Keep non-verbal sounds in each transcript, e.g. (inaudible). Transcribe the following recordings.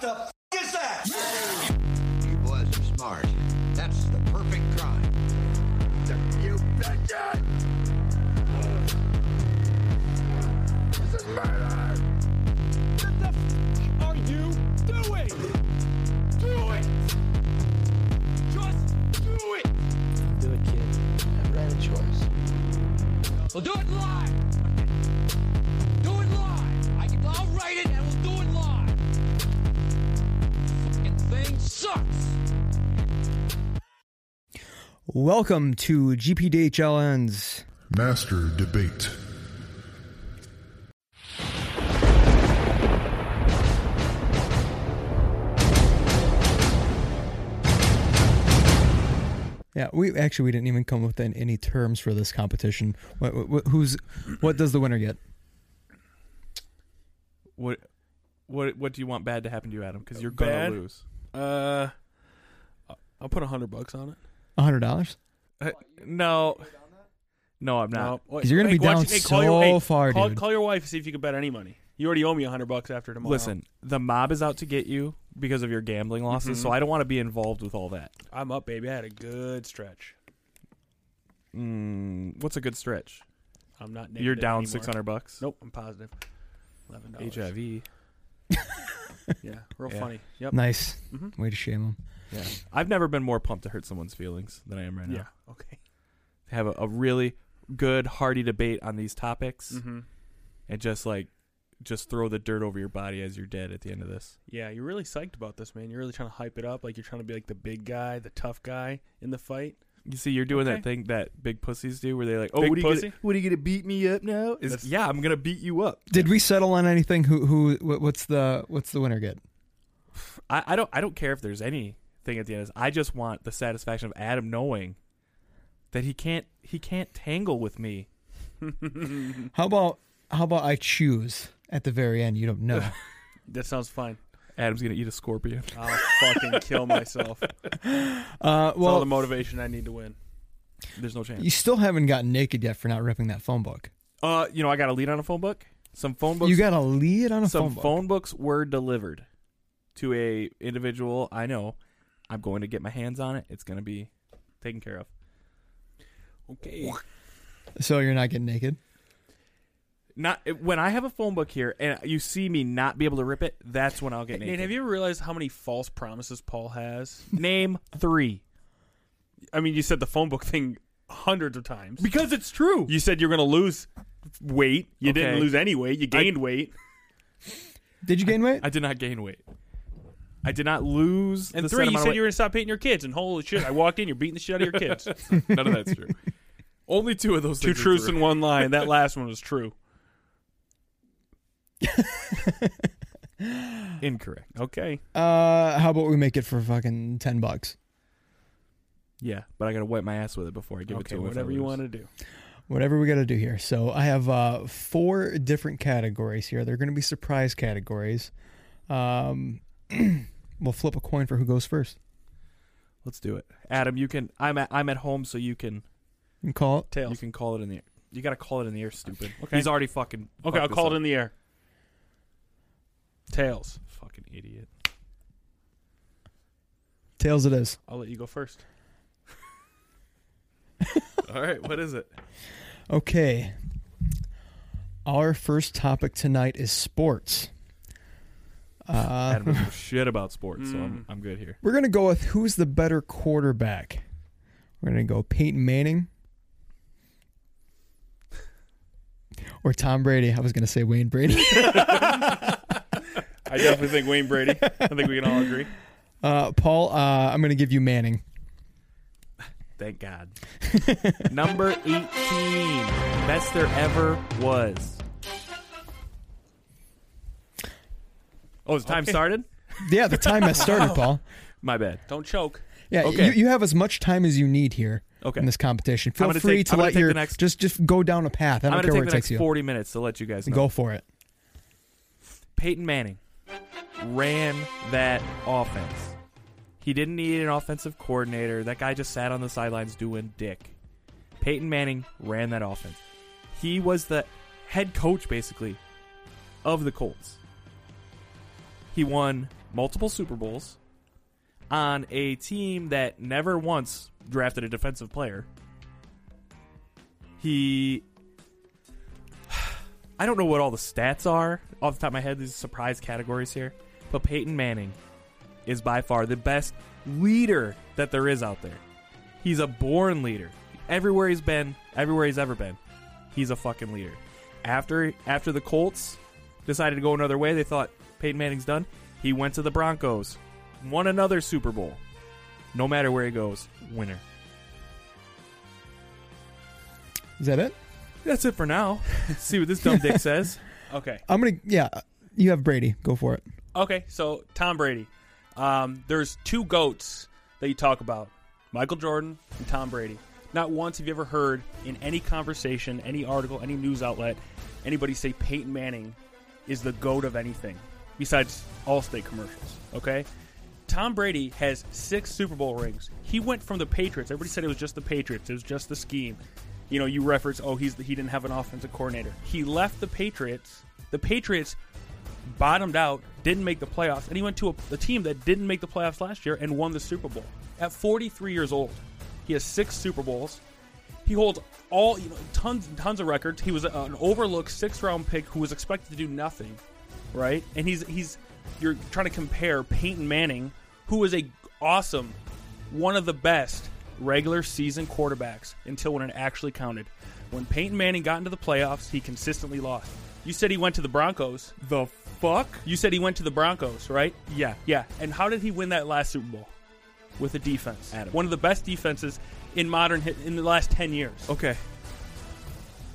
the f- is that? You boys are smart. That's the perfect crime. You bitches! This is murder! What the f- are you doing? Do it! Just do it! Do it, kid. Never had a choice. We'll do it live! Do it live! I can, I'll write it and we'll do it live! Fucking thing sucks! Welcome to GPDHLN's. Master Debate. Yeah, we actually we didn't even come with an- any terms for this competition. What, what, who's what does the winner get? What what what do you want bad to happen to you, Adam? Because you're gonna Bad? lose. Uh, I'll put a hundred bucks on it. A hundred dollars. Uh, no, no, I'm not. No, wait, 'Cause you're gonna hey, be watch- down hey, call so your, hey, far, call, dude. Call your wife and see if you can bet any money. You already owe me a hundred bucks after tomorrow. Listen, the mob is out to get you because of your gambling losses. So I don't want to be involved with all that. I'm up, baby. I had a good stretch. Mm, what's a good stretch? I'm not. you're negative down anymore. six hundred bucks. Nope, I'm positive. Eleven dollars. HIV. Yeah, real Yeah. funny. Yep. Nice. Mm-hmm. Way to shame him. Yeah, I've never been more pumped to hurt someone's feelings than I am right now. Yeah. Okay. To have a, a really good hearty debate on these topics and just like just throw the dirt over your body as you're dead at the end of this. Yeah, you're really psyched about this, man. You're really trying to hype it up, like you're trying to be like the big guy, the tough guy in the fight. You see, you're doing Okay. that thing that big pussies do, where they're like, "Oh, Big what are, you pussy? gonna, what are you gonna beat me up now?" Is That's- yeah, I'm gonna beat you up. Did we settle on anything? Who who what, what's the what's the winner get? I, I don't I don't care if there's anything at the end. Of this. I just want the satisfaction of Adam knowing that he can't he can't tangle with me. How about how about I choose at the very end? You don't know. (laughs) That sounds fine. Adam's gonna eat a (laughs) scorpion. (laughs) I'll fucking kill myself. It's Uh, all the well, motivation I need to win. There's no you chance. still haven't gotten naked yet for not ripping that phone book. Uh, you know I got a lead on a phone book. Some phone books. You got a lead on a some phone phone, book. books were delivered to a individual I know. I'm going to get my hands on it. It's gonna be taken care of. Okay. So you're not getting naked. Not eh, when I have a phone book here and you see me not be able to rip it. That's when I'll get naked. Nate, have you ever realized how many false promises Paul has? name three? I mean, you said the phone book thing hundreds of times. Because it's true. You said you're going to lose weight. You didn't Okay. lose any weight. You gained weight. Did you gain weight? I did not gain weight. I did not lose. And the set three, you amount of said weight. you were going to stop hitting your kids. And holy shit, I walked in, you're beating the shit out of your (laughs) kids. None of that's true. Only two of those. Two things are truths true. and one lie. And that last one (laughs) was true. incorrect. Okay. Uh, how about we make it for fucking ten bucks? Yeah, but I gotta wipe my ass with it before I give it to okay, him. if I whatever you lose. want to do. Whatever we got to do here. So I have uh, four different categories here. They're going to be surprise categories. Um, (clears throat) we'll flip a coin for who goes first. Let's do it, Adam. You can. I'm at. I'm at home, so you can. You can call it. Tails. You can call it in the. air. You gotta call it in the air, stupid. Okay. He's already fucking. Okay, I'll call it in the air. Tails. Fucking idiot. Tails it is. I'll let you go first. (laughs) All right, what is it? Okay. Our first topic tonight is sports. Uh, Adam doesn't know shit about sports, so Mm. I'm, I'm good here. we're going to go with who's the better quarterback. We're going to go Peyton Manning or Tom Brady. I was going to say Wayne Brady. (laughs) I definitely think Wayne Brady. I think we can all agree. Uh, Paul, uh, I'm going to give you Manning. Thank (laughs) God. Number 18. Best there ever was. Oh, is time started? Yeah, the time has (laughs) started, Paul. My bad. Don't choke. Yeah, Okay. you, you have as much time as you need here Okay. in this competition. Feel gonna free take- to I'm gonna let take your the next- just just go down a path. I I'm don't care going to where take it the takes next you. 40 minutes to let you guys know. Go for it. Peyton Manning ran that offense. He didn't need an offensive coordinator. That guy just sat on the sidelines doing dick. Peyton Manning ran that offense. He was the head coach, basically, of the Colts. He won multiple Super Bowls, on a team that never once drafted a defensive player. He. I don't know what all the stats are off the top of my head, these surprise categories here, but Peyton Manning is by far the best leader that there is out there. He's a born leader. Everywhere he's been, everywhere he's ever been, he's a fucking leader. After after the Colts decided to go another way, they thought Peyton Manning's done. He went to the Broncos, won another Super Bowl. No matter where he goes, winner. Is that it? That's it for now. See what this dumb (laughs) dick says. Okay. I'm gonna. Yeah, you have Brady. Go for it. Okay, so Tom Brady. Um, there's two goats that you talk about Michael Jordan and Tom Brady. Not once have you ever heard in any conversation, any article, any news outlet, anybody say Peyton Manning is the goat of anything besides Allstate commercials. Okay? Tom Brady has six Super Bowl rings. He went from the Patriots. Everybody said it was just the Patriots. It was just the scheme. You know, you reference, oh, he's the, he didn't have an offensive coordinator. He left the Patriots. The Patriots bottomed out, didn't make the playoffs, and he went to a, a team that didn't make the playoffs last year and won the Super Bowl. At 43 years old, he has six Super Bowls. He holds all you know, tons and tons of records. He was a- an overlooked six round pick who was expected to do nothing, right? And he's he's you're trying to compare Peyton Manning, who is a awesome, one of the best regular season quarterbacks until when it actually counted. When Peyton Manning got into the playoffs, he consistently lost. You said he went to the Broncos. The fuck? You said he went to the Broncos, right? Yeah. Yeah. And how did he win that last Super Bowl? With a defense. Adam. One of the best defenses in modern hit in the last 10 years. Okay.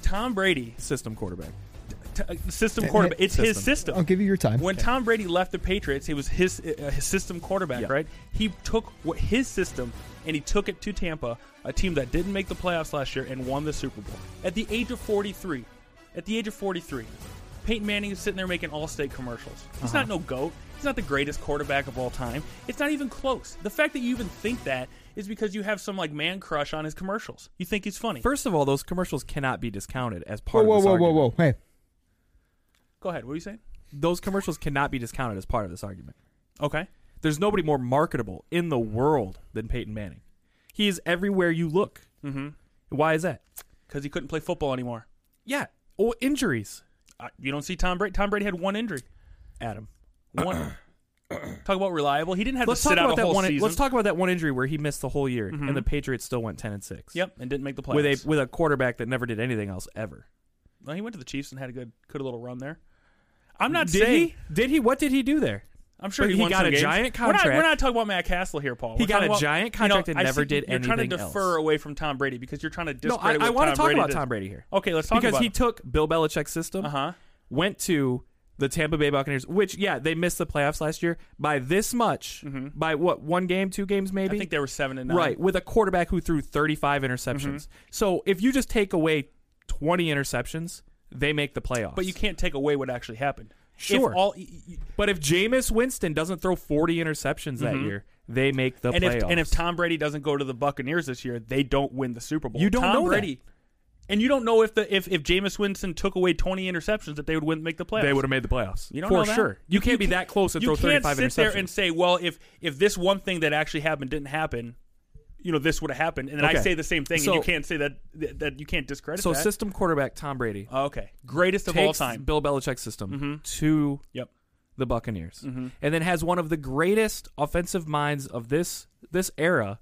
Tom Brady, System quarterback. t- uh, system quarterback. It's his System. system. I'll give you your time. When Tom Brady left the Patriots, he was his, uh, his system quarterback, Yeah. right? He took what his system and he took it to Tampa, a team that didn't make the playoffs last year and won the Super Bowl at the age of 43. At the age of 43, Peyton Manning is sitting there making Allstate commercials. He's not no goat. He's not the greatest quarterback of all time. It's not even close. The fact that you even think that is because you have some like man crush on his commercials. You think he's funny. First of all, those commercials cannot be discounted as whoa, part whoa, of this whoa, whoa, argument. whoa! Hey, Go ahead. What are you saying? Those commercials cannot be discounted as part of this argument. Okay. There's nobody more marketable in the world than Peyton Manning. He is everywhere you look. Mhm. Why is that? Because he couldn't play football anymore. Yeah. Oh, injuries. I- you don't see Tom Brady. Tom Brady had one injury. Adam. (clears throat) One. talk about reliable. He didn't have Let's to talk sit out about a that whole one. season. Mm-hmm. Let's talk about that one injury where he missed the whole year, and the Patriots still went ten and six. Yep, and didn't make the playoffs. With a with a quarterback that never did anything else ever. well, he went to the Chiefs and had a good, good little run there. I'm not Did saying. he? Did he? What did he do there? I'm sure But he, he won got some a games. giant We're not- We're contract. not, talking about Matt Castle here, Paul. He We're got talking a about- giant you know, contract and I never see- did You're trying to anything defer else. away from Tom Brady because you're trying to No, I, discredit. I want want to talk about Tom Brady here. Okay, Oh, let's talk because about he him. took Bill Belichick's system, Uh-huh. went to the Tampa Bay Buccaneers, which yeah they missed the playoffs last year by this much, by what one game, two games maybe. Mm-hmm. I think they were seven and nine. right with a quarterback who threw 35 interceptions. So if you just take away 20 interceptions, they make the playoffs. but you can't take away what actually happened. Sure. If all, y- y- But if Jameis Winston doesn't throw 40 interceptions that year, they make the and playoffs. if and if Tom Brady doesn't go to the Buccaneers this year, they don't win the Super Bowl. You don't Tom know that. Brady, and you don't know if the if if Jameis Winston took away twenty interceptions that they would win make the playoffs. they would have made the playoffs, You don't for know that. sure. You, can't be that close and you throw can't 35 sit interceptions. there and say, well, if if this one thing that actually happened didn't happen, you know this would have happened. And then I Okay. say the same thing, So- and you can't say that that, that you can't discredit so that. system quarterback Tom Brady okay, greatest of takes all time. Bill Belichick's system to yep. the Buccaneers, and then has one of the greatest offensive minds of this this era,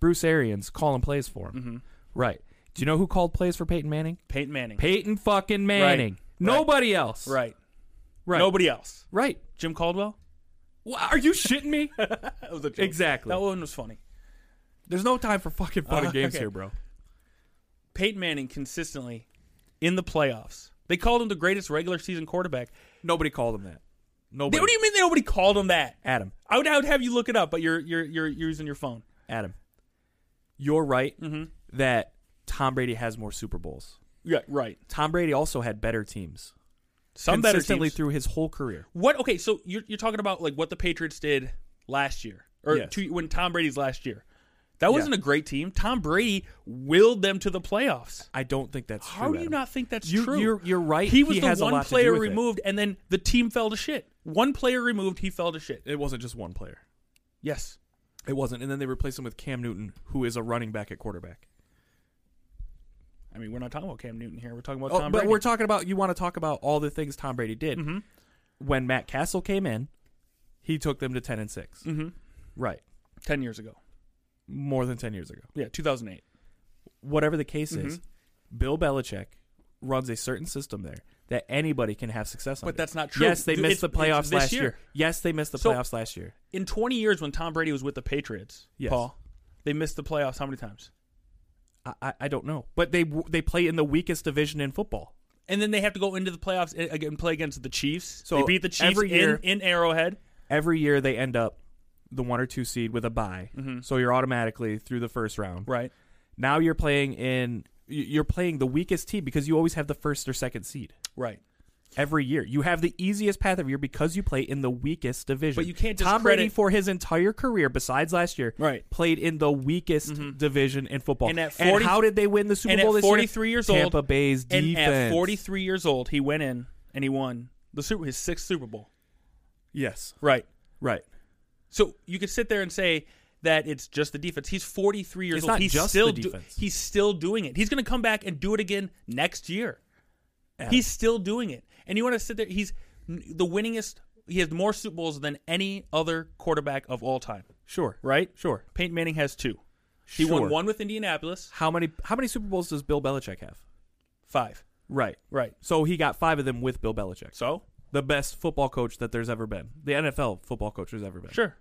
Bruce Arians, calling plays for him. Right. Do you know who called plays for Peyton Manning? Peyton Manning. Peyton fucking Manning. Nobody else. right. Right. Nobody else. Right. Jim Caldwell. Wha- Are you shitting me? That was a joke. Exactly. That one was funny. (laughs) There's no time for fucking fun and Uh, games okay. here, bro. Peyton Manning consistently in the playoffs. They called him the greatest regular season quarterback. Nobody called him that. Nobody. They, what do you mean they nobody called him that? Adam. I would, I would have you look it up, but you're you're you're using your phone. Adam. You're right that Tom Brady has more Super Bowls. Yeah, right. Tom Brady also had better teams Some better consistently teams. through his whole career. What? Okay, so you're, you're talking about like what the Patriots did last year, or Yes. two, when Tom Brady's last year. That wasn't a great team. Tom Brady willed them to the playoffs. I don't think that's How true. do you Adam. not think that's You- true? you're- you're right. He was He the has a one lot to do player with it. removed, and then the team fell to shit. One player removed, he fell to shit. It wasn't just one player. Yes. It wasn't, and then they replaced him with Cam Newton, who is a running back at quarterback. I mean, we're not talking about Cam Newton here. We're talking about Oh, Tom but Brady. Mm-hmm. we're talking about you want to talk about all the things Tom Brady did. When Matt Castle came in, he took them to ten and 6 Mm-hmm. Right, ten years ago. more than ten years ago. Yeah, 2008. Whatever the case is, Mm-hmm. Bill Belichick runs a certain system there that anybody can have success on. But that's not true. Yes, they Th- missed it's- the it's playoffs this last year. year. Yes, they missed the So- playoffs last year. In 20 years, when Tom Brady was with the Patriots, Yes. Paul, they missed the playoffs how many times? I, I, I don't know, but they w- they play in the weakest division in football. And then they have to go into the playoffs and, again, play against the Chiefs. So they beat the Chiefs every year- in, in Arrowhead. Every year they end up the one or two seed with a bye, so you're automatically through the first round. Mm-hmm. Right. Now you're playing in you- you're playing the weakest team because you always have the first or second seed Right. every year. You have the easiest path of year because you play in the weakest division. But you can't Tom Brady discredit- for his entire career, besides last year, Right. Mm-hmm. played in the weakest division in football. And at 40 how did they win the Super and Bowl at this year? 43 years old, Tampa Bay's and defense. at 43 years old, he went in and he won the Super, his sixth Super Bowl. yes, Right. right. So you could sit there and say that it's just the defense. He's 43 years It's old. not he's just still the do- defense. he's still doing it. He's going to come back and do it again next year. He's still doing it. And you want to sit there he's n- the winningest he has more Super Bowls than any other quarterback of all time, Sure, right? sure. Peyton Manning has 2. He Sure. won one with Indianapolis, How many how many Super Bowls does Bill Belichick have? 5. Right, Right. So he got five of them with Bill Belichick. So, the best football coach that there's ever been. The NFL football coach there's ever been. sure.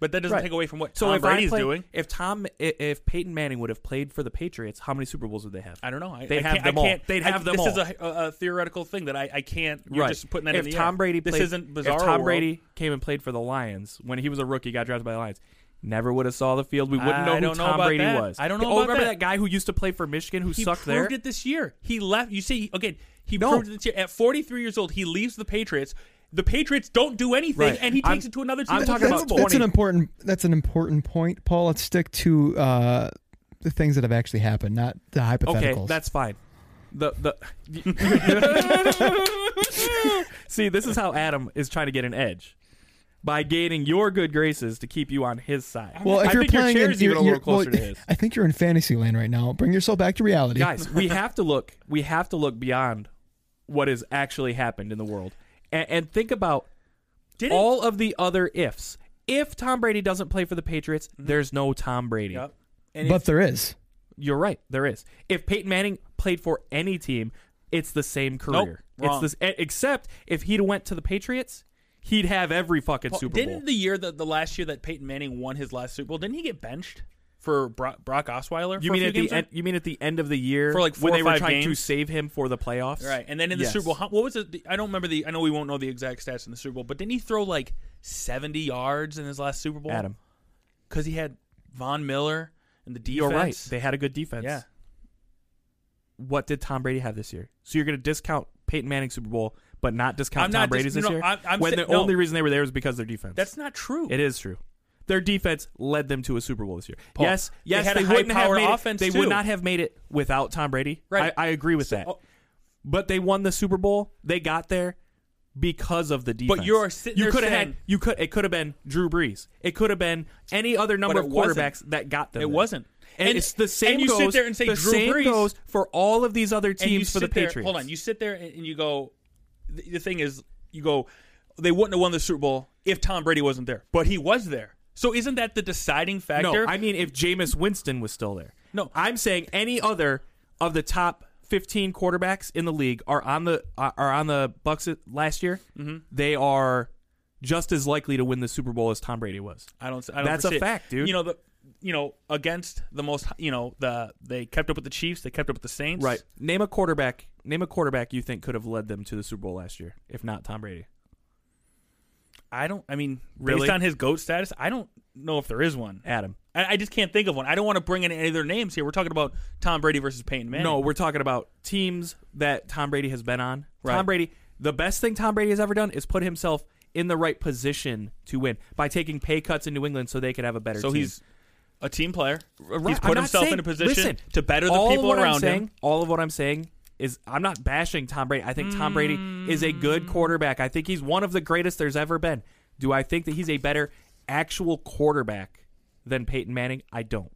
But that doesn't Right. take away from what So Tom if I Brady's play, doing. if Tom, i- if Peyton Manning would have played for the Patriots, how many Super Bowls would they have? I don't know. I, They'd I have can't- them I all. can't, They'd I- have them this all. is a, a, a theoretical thing that I, I can't. You're right. just putting that if in the Tom air. Brady, this played, isn't bizarre. If Tom world. Brady came and played for the Lions when he was a rookie, got drafted by the Lions. Never would have saw the field. We wouldn't I know who don't know Tom about Brady that. was. I don't know Oh, about remember that. that. guy who used to play for Michigan who he sucked there? proved it this year. He left. You see, okay, he No. proved it this year. At 43 years old, he leaves the Patriots. The Patriots don't do anything, Right. and he I'm- takes it to another team. I'm that's talking miserable. that's, about that's 20. an important that's an important point, Paul. Let's stick to uh, the things that have actually happened, not the hypotheticals. Okay, that's fine. The (laughs) the See, this is how Adam is trying to get an edge by gaining your good graces to keep you on his side. well, if I you're think playing, your in- chair's you're- even a little you're- closer well, to his. I think you're in fantasy land right now. Bring yourself back to reality, Guys, we have to look. We have to look beyond what has actually happened in the world and, and think about Did it? all of the other ifs. If Tom Brady doesn't play for the Patriots, Mm-hmm. there's no Tom Brady. Yep. And But there is. You're right. There is. If Peyton Manning played for any team, it's the same career. Nope, wrong. It's this, e- except if he'd went to the Patriots, he'd have every fucking Paul, Super didn't Bowl. the year that the last year that Peyton Manning won his last Super Bowl, didn't he get benched for Brock, Brock Osweiler? you for mean a few at the games end? You mean at the end of the year For like four when or they were five trying to games? save him for the playoffs? Right, and then in the Yes. Super Bowl, how, what was it? the- I don't remember the. I know we won't know the exact stats in the Super Bowl, but didn't he throw like seventy yards in his last Super Bowl? Adam, because he had Von Miller and the defense. you're right. They had a good defense. Yeah. What did Tom Brady have this year? So you're going to discount Peyton Manning's Super Bowl, but not discount I'm Tom not dis- Brady's this no, year? I'm- I'm when sa- the no. only reason they were there was because of their defense. That's not true. It is true. Their defense led them to a Super Bowl this year. Paul, yes, they yes, had a wouldn't have high-powered made it- offense, They too. would not have made it without Tom Brady. Right. I, I agree with that. oh. but they won the Super Bowl. They got there because of the defense. you are sitting You there could have had. saying- You could. It could have been Drew Brees. It could have been any other number of But it wasn't. quarterbacks that got them. It there. wasn't. And, And- it's the same. and you sit goes, there and say the Drew same Brees- goes for all of these other And you teams for the sit there- Patriots. Hold on, you sit there and and you go. The, the thing is, you go. They wouldn't have won the Super Bowl if Tom Brady wasn't there, but he was there. So isn't that the deciding factor? No, I mean if Jameis Winston was still there. No. I'm saying any other of the top 15 quarterbacks in the league are on the are are on the Bucks last year. Mm-hmm. They are just as likely to win the Super Bowl as Tom Brady was. I don't. I don't That's a foresee it. fact, dude. You know the. You know against the most. You know the they kept up with the Chiefs. They kept up with the Saints. Name a quarterback. Name a quarterback you think could have led them to the Super Bowl last year, if not Tom Brady. I don't. I mean, Really? based on his goat status, I don't know if there is one. Adam. I, I just can't think of one. I don't want to bring in any other names here. We're talking about Tom Brady versus Peyton Manning. No, we're talking about teams that Tom Brady has been on. Right. Tom Brady, the best thing Tom Brady has ever done is put himself in the right position to win by taking pay cuts in New England so they could have a better So team. he's a team player. Right, He's I'm put not himself saying- in a position listen, to better the all of people what I'm around saying- him. All of what I'm saying is I'm not bashing Tom Brady. I think Tom Brady is a Hmm. good quarterback. I think he's one of the greatest there's ever been. Do I think that he's a better actual quarterback than Peyton Manning? I don't.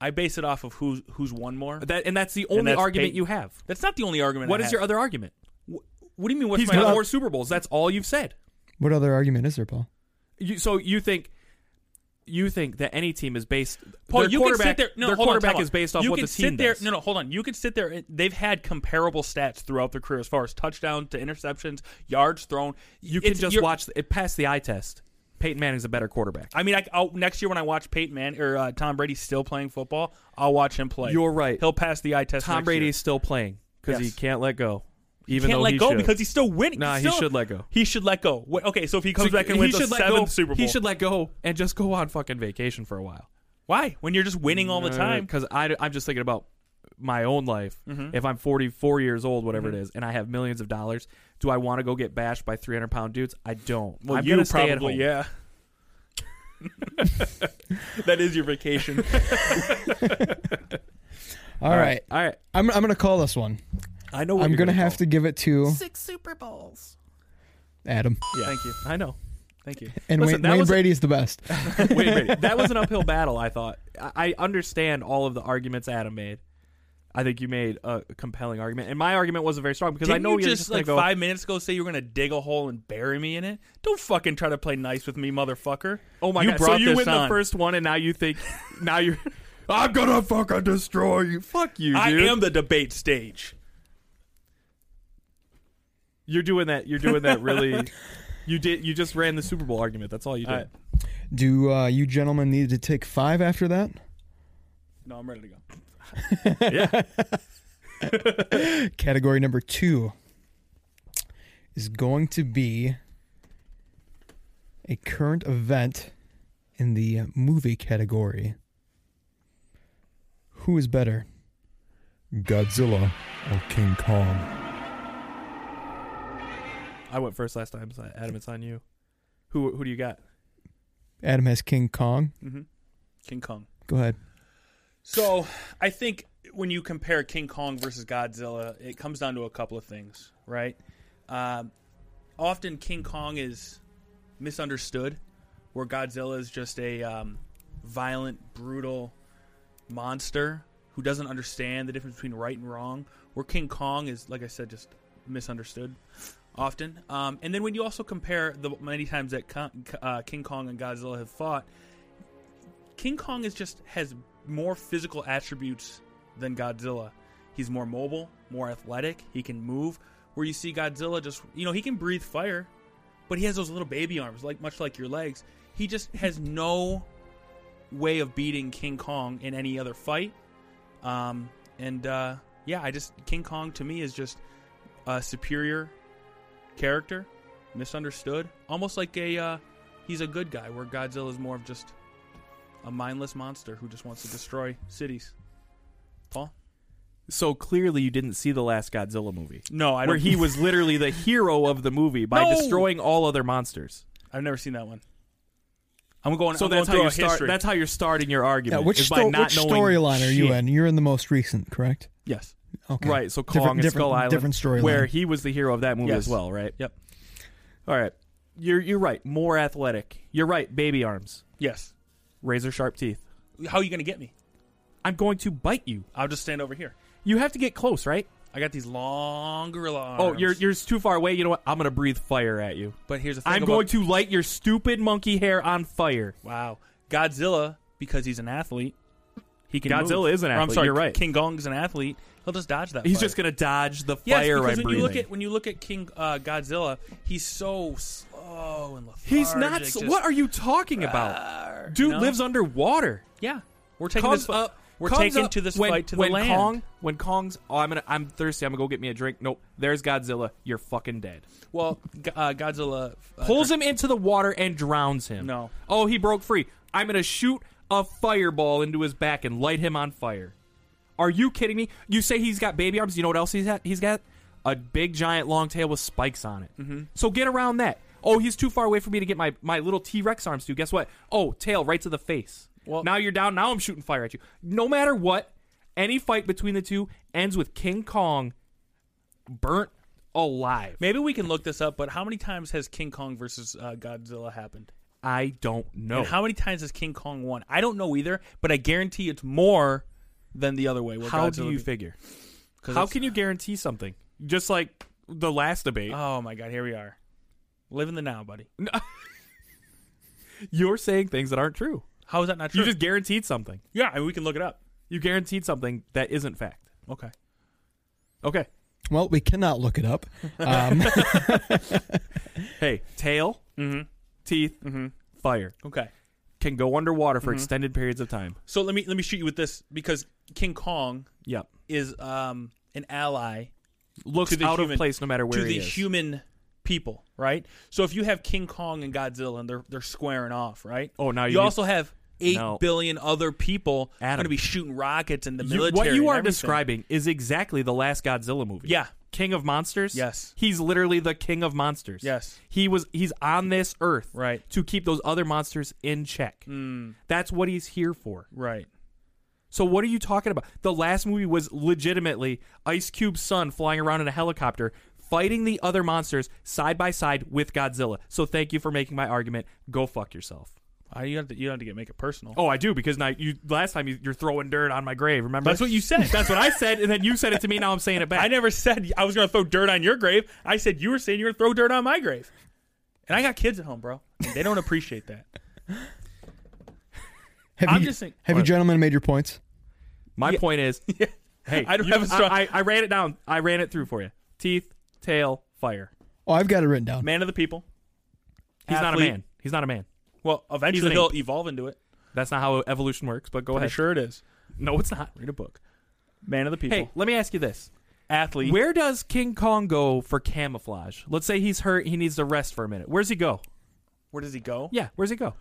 I base it off of who's who's won more. That and that's the only that's argument Peyton. you have. That's not the only argument. What is I have. your other argument? What do you mean? What's He's my got other- more Super Bowls. That's all you've said. What other argument is there, Paul? You, so you think you think that any team is based Paul, their you can quarterback sit there. No, their hold on, quarterback time out. is based off you what can the team sit there, does. No, no, hold on. You can sit there. and- They've had comparable stats throughout their career as far as touchdowns to interceptions, yards thrown. You can It's- just you're- watch it pass the eye test. Peyton Manning's a better quarterback. I mean, I, I'll, next year when I watch Peyton Man or uh, Tom Brady still playing football, I'll watch him play. You're right. He'll pass the eye test. Tom next Brady year. is still playing because he Yes. can't let go. Even can't though let he go should. because he's still winning. Nah, He's he still- should let go. He should let go. Wait, okay, so if he comes back and he wins the should let seventh go, Super Bowl, He should let go and just go on fucking vacation for a while. Why? When you're just winning all the time. Mm-hmm. Because I'm just thinking about my own life. If I'm 44 years old, whatever it is, and I have millions of dollars, do I want to go get bashed by 300 pound dudes? I don't. Well, I'm you gonna probably stay at home. (laughs) yeah. that is your (laughs) vacation. All right. All right. I'm, I'm going to call this one. I know. What I'm you're going to gonna have call. to give it to six Super Bowls. Adam. Thank you. I know. Thank you. And Listen, that Wayne, Wayne was- Brady is the best. Wait, (laughs) wait. That was an (laughs) uphill battle, I thought. I I understand all of the arguments Adam made. I think you made a compelling argument. And my argument wasn't very strong because Didn't I know you you're just, just, like gonna go, five minutes ago say you were gonna dig a hole and bury me in it? Don't fucking try to play nice with me, motherfucker. Oh my you god. Brought so you this win on. the first one and now you think now you're (laughs) I'm gonna fucking destroy you. Fuck you, I dude. am the debate stage. You're doing that you're doing that (laughs) really you did you just ran the Super Bowl argument. That's all you did. All right. Do uh, you gentlemen need to take five after that? No, I'm ready to go. (laughs) Category number two is going to be a current event in the movie category. Who is better? Godzilla or King Kong? I went first last time, so Adam it's on you. Who who do you got? Adam has King Kong. King Kong. Go ahead. So I think when you compare King Kong versus Godzilla, it comes down to a couple of things, right? Um, often King Kong is misunderstood, where Godzilla is just a um, violent, brutal monster who doesn't understand the difference between right and wrong. Where King Kong is, like I said, just misunderstood often. Um, and then when you also compare the many times that Con- uh, King Kong and Godzilla have fought, King Kong is just has more physical attributes than Godzilla. He's more mobile, more athletic. He can move. Where you see Godzilla, just you know, he can breathe fire, but he has those little baby arms, like much like your legs. He just has no way of beating King Kong in any other fight. Um, and uh, yeah, I just King Kong to me is just a superior character, misunderstood, almost like a uh, he's a good guy, where Godzilla is more of just a mindless monster who just wants to destroy cities. Paul? So clearly you didn't see the last Godzilla movie. No, I don't. where he (laughs) was literally the hero of the movie by No! destroying all other monsters. I've never seen that one. I'm going. So I'm that's going how you through a start. history. That's how you're starting your Yeah, argument. which is by sto- not which knowing storyline are you shit. in? You're in the most recent, correct? yes. Okay. Right. So Kong Different- and different- Skull Island, different storyline. where he was the hero of that movie Yes. as well. Right. Yep. All right. You're you're right. More athletic. You're right. Baby arms, Yes. razor sharp teeth. How are you going to get me? I'm going to bite you. I'll just stand over here. You have to get close, right? I got these long gorilla arms. Oh, you're you're too far away. You know what? I'm gonna breathe fire at you. But here's the thing. I'm about- going to light your stupid monkey hair on fire. Wow. Godzilla, because he's an athlete, he can. Godzilla move. is an Or I'm athlete, sorry. you're right. King Kong's an athlete. He'll just dodge that. He's fire. just gonna dodge the Yes, fire because I'm when you look breathing. at when you look at King uh, Godzilla, he's so slow and lethargic. He's not. s just- what are you talking about? Dude know? lives underwater. Yeah, we're taking comes this fi- up. We're comes taking up to this when, fight to when the land. Kong, when Kong's, oh, I'm gonna, I'm thirsty. I'm gonna go get me a drink. Nope. There's Godzilla. You're fucking dead. Well, G- uh, Godzilla uh, Pulls him into the water and drowns him. No. Oh, he broke free. I'm gonna shoot a fireball into his back and light him on fire. Are you kidding me? You say he's got baby arms. You know what else he's got? He's got a big giant long tail with spikes on it. Mm-hmm. So get around that. Oh, he's too far away for me to get my my little T Rex arms to. Guess what? Oh, tail right to the face. Well- now you're down. Now I'm shooting fire at you. No matter what, any fight between the two ends with King Kong burnt alive. Maybe we can look this up, but how many times has King Kong versus uh, Godzilla happened? I don't know. And how many times has King Kong won? I don't know either, but I guarantee it's more than the other way. Where How Godzilla do you beat- figure? 'cause How it's- can you guarantee something? Just like the last debate, (laughs) Oh my God! Here we are, live in the now, buddy. you're saying things that aren't true. How is that not true? You just guaranteed something. yeah, I mean, we can look it up. You guaranteed something that isn't fact. Okay. Okay. Well, we cannot look it (laughs) up. Um, (laughs) Hey, tail, Mhm. teeth, fire Okay. can go underwater Mm-hmm. for extended periods of time. So let me let me shoot you with this because King Kong Yep. is um, an ally Looks To the out human- of place no matter where to the he is. human people, right? So if you have King Kong and Godzilla and they're they're squaring off, right? Oh, now you, you mean- also have eight billion No. other people Adam. going to be shooting rockets in the You- military. what you and are everything. describing is exactly the last Godzilla movie. Yeah. King of Monsters? Yes. He's literally the king of monsters. Yes. He was he's on this earth Right. Hmm. to keep those other monsters in check. That's what he's here for. right? So what are you talking about? The last movie was legitimately Ice Cube's son flying around in a helicopter fighting the other monsters side by side with Godzilla. So thank you for making my argument. Go fuck yourself. Uh, you have to you have to get make it personal. Oh, I do because now you last time you, you're throwing dirt on my grave. Remember? That's what you said. That's what I said, and then you said it to me. Now I'm saying it back. I never said I was going to throw dirt on your grave. I said you were saying you were going to throw dirt on my grave. And I got kids at home, bro. And they don't appreciate that. have I'm you, just thinking- have you gentlemen made your points? My point is, hey, (laughs) I don't you- have a strong- I, I- I ran it down. I ran it through for you. Teeth, tail, fire. Oh, I've got it written down. Man of the people. He's not a Athlete. man. He's not a man. Well, eventually an he'll evolve into it. That's not how evolution works. But go I'm ahead. sure it is. No, it's not. Read a book. Man of the people. Hey, let me ask you this: athlete. Where does King Kong go for camouflage? Let's say he's hurt. He needs to rest for a minute. Where's he go? Where does he go? Yeah, where's he go?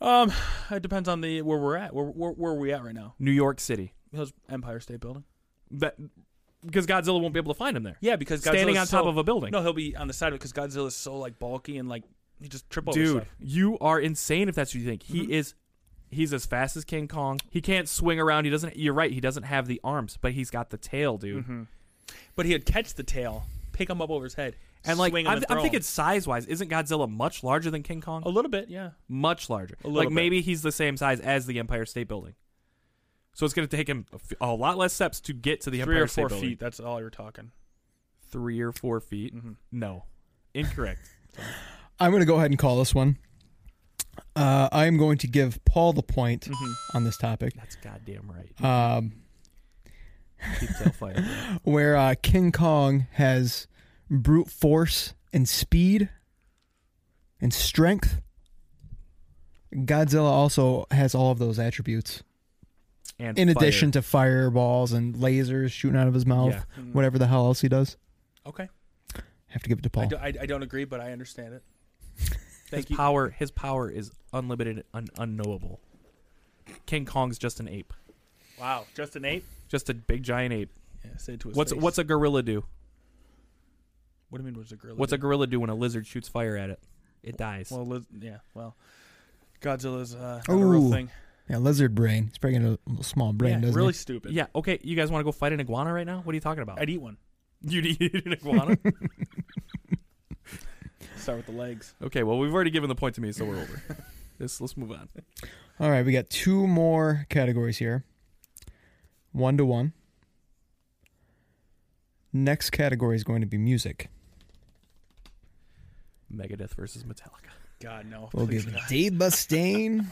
Um, it depends on the where we're at. Where where, where are we at right now? New York City. Hill's Empire State Building. That because Godzilla won't be able to find him there. Yeah, because Godzilla's Standing on so- top of a building. No, he'll be on the side of it because Godzilla's so like bulky and like he just trip over Dude, stuff. you are insane if that's what you think. Mm-hmm. He is he's as fast as King Kong. He can't swing around. He doesn't you're right, he doesn't have the arms, but he's got the tail, dude. Mm-hmm. But he'd catch the tail, pick him up over his head, And like swing him I'm, and I'm throw thinking him. size wise, isn't Godzilla much larger than King Kong? a little bit, yeah. much larger. A little like bit. maybe he's the same size as the Empire State Building. So it's going to take him a, f- a lot less steps to get to the Three Empire or four State feet. Building. That's Mm-hmm. all you're talking. Three or four feet. No, incorrect. I'm going to go ahead and call this one. Uh, I am going to give Paul the point on this topic, Mm-hmm. That's goddamn right. um, Keep tail fire. bro. (laughs) where uh, King Kong has brute force and speed and strength. Godzilla also has all of those attributes, And in fire. addition to fireballs and lasers shooting out of his mouth, Yeah. Mm-hmm. whatever the hell else he does. Okay, Have to give it to Paul. I, do, I, I don't agree, but I understand it. Thank his you. power his power is unlimited and un- unknowable. King Kong's just an ape. Wow, just an ape. Just a big giant ape. Yeah, say it to his What's face. what's a gorilla do? what do you mean? What's a gorilla? What's a do? gorilla do when a lizard shoots fire at it? It dies. well? Liz, yeah, well, Godzilla's uh, not a real Ooh. thing. yeah, lizard brain. He's probably got a little small brain, Yeah, doesn't Really he? stupid. yeah, okay, you guys want to go fight an iguana right now? What are you talking about? I'd eat one. you need (laughs) an iguana? Start with the legs. okay, well, we've already given the point to me, so we're (laughs) over. Let's, let's move on. All right, we got two more categories here. One to one. Next category is going to be music. Megadeth versus Metallica. God no. We'll please give God. Dave Mustaine.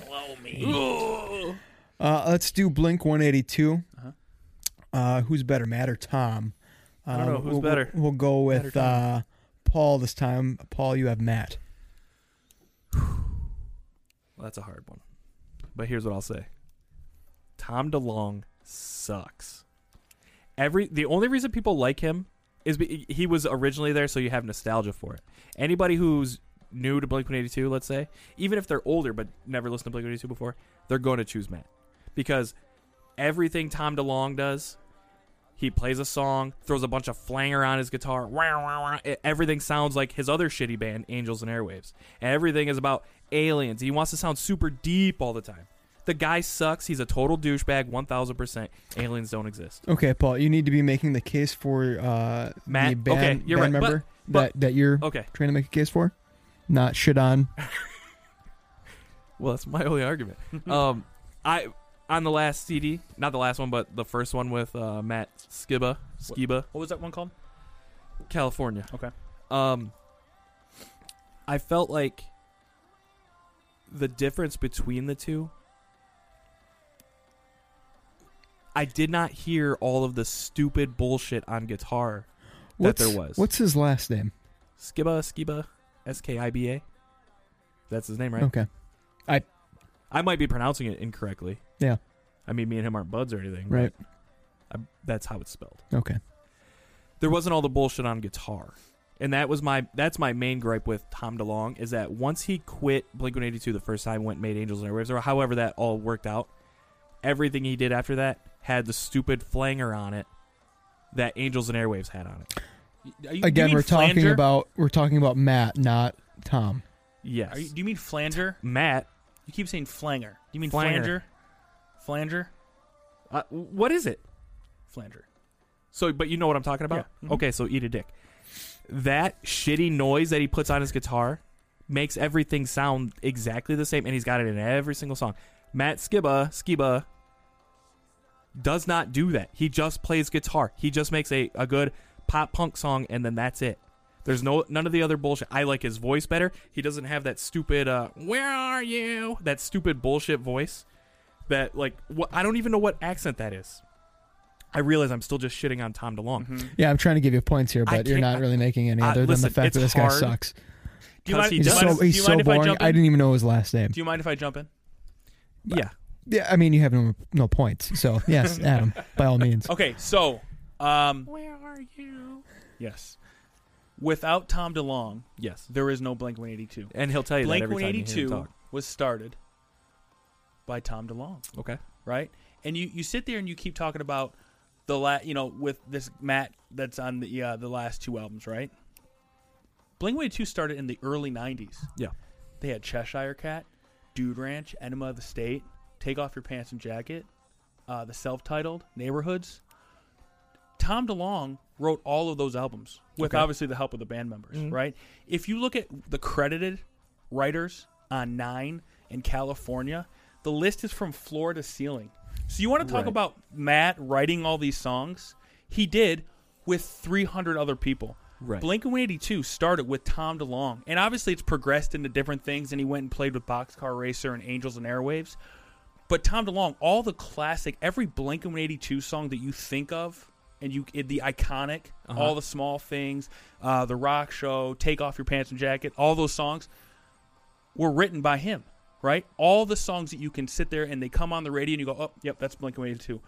Uh, let's do Blink 182. Uh-huh. uh who's better, Matt or Tom? I don't know. Who's we'll, better? We'll go or with Tom? uh, Paul this time. Paul, you have Matt. Well, that's a hard one. But here's what I'll say. Tom DeLong sucks. Every the only reason people like him is be, he was originally there, so you have nostalgia for it. Anybody who's new to Blink One Eighty Two, let's say, even if they're older but never listened to Blink One Eighty Two before, they're going to choose Matt because everything Tom DeLong does, he plays a song, throws a bunch of flanger on his guitar. Wah, wah, wah. E- Everything sounds like his other shitty band, Angels and Airwaves. Everything is about aliens. He wants to sound super deep all the time. The guy sucks. He's a total douchebag. One thousand percent. Aliens don't exist. Okay, Paul, you need to be making the case for uh, the Matt, band, okay, you're band right, but- member but- that, that you're Okay. trying to make a case for, not shit on. Well, that's my (laughs) only argument. um, I on the last CD, not the last one, but the first one with uh, Matt Skiba, Skiba, What was that one called? California. Okay. Um, I felt like the difference between the two. I did not hear all of the stupid bullshit on guitar What's, that there was. What's his last name? Skiba Skiba S K I B A? That's his name, right? Okay. I might be pronouncing it incorrectly. Yeah. I mean, me and him aren't buds or anything. but Right. I, that's how it's spelled. Okay. There wasn't all the bullshit on guitar, and that was my that's my main gripe with Tom DeLong is that once he quit Blink One Eighty Two the first time, went and made Angels and Airwaves or however that all worked out, everything he did after that had the stupid flanger on it that Angels and Airwaves had on it. Y- are you- do you Again, mean we're talking Flanger? about we're talking about Matt, not Tom. Yes, Are you, do you mean flanger? Matt. You keep saying flanger. Do you mean Flanger. flanger? Flanger? Uh, what is it? Flanger. So, but you know what I'm talking about? Yeah. Mhm. Okay, so eat a dick. That shitty noise that he puts on his guitar makes everything sound exactly the same, and he's got it in every single song. Matt Skiba, Skiba, does not do that. He just plays guitar. He just makes a, a good pop punk song, and then that's it. There's no none of the other bullshit. I like his voice better. He doesn't have that stupid uh, "Where are you?" that stupid bullshit voice. That like wh- I don't even know what accent that is. I realize I'm still just shitting on Tom DeLonge. Mm-hmm. Yeah, I'm trying to give you points here, I but you're can't- not really making any I- other than listen, the fact it's that this hard. guy sucks. Do you 'Cause mind, he do you He's does. mind so if- do he's you so mind if I boring. jump I, in? didn't even know his last name. do you mind if I jump in? Yeah. yeah, I mean you have no no points, so yes, Adam, by all means. Okay, so um Where are you? Yes. Without Tom DeLong, Yes. there is no Blink 182. And he'll tell you Blink that every time you hear him 182 talk. was started by Tom DeLong, Okay. right? And you you sit there and you keep talking about the la- you know with this Matt that's on the uh, the last two albums, right? Blink 182 started in the early 90s. Yeah. They had Cheshire Cat, Dude Ranch, Enema of the State, Take Off Your Pants and Jacket, uh, the self-titled Neighborhoods. Tom DeLong wrote all of those albums with Okay. Mm-hmm. obviously the help of the band members, right? If you look at the credited writers on Nine in California, the list is from floor to ceiling. So you want to talk Right. about Matt writing all these songs? He did with 300 other people. Right. Blink 182 started with Tom DeLong, and obviously it's progressed into different things. And he went and played with Boxcar Racer and Angels and Airwaves. But Tom DeLong, all the classic, every Blink 182 song that you think of, and you it- the iconic, Uh-huh. all the small things, uh, the rock show, take off your pants and jacket, all those songs were written by him, right? All the songs that you can sit there and they come on the radio and you go, oh, yep, that's Blink 182.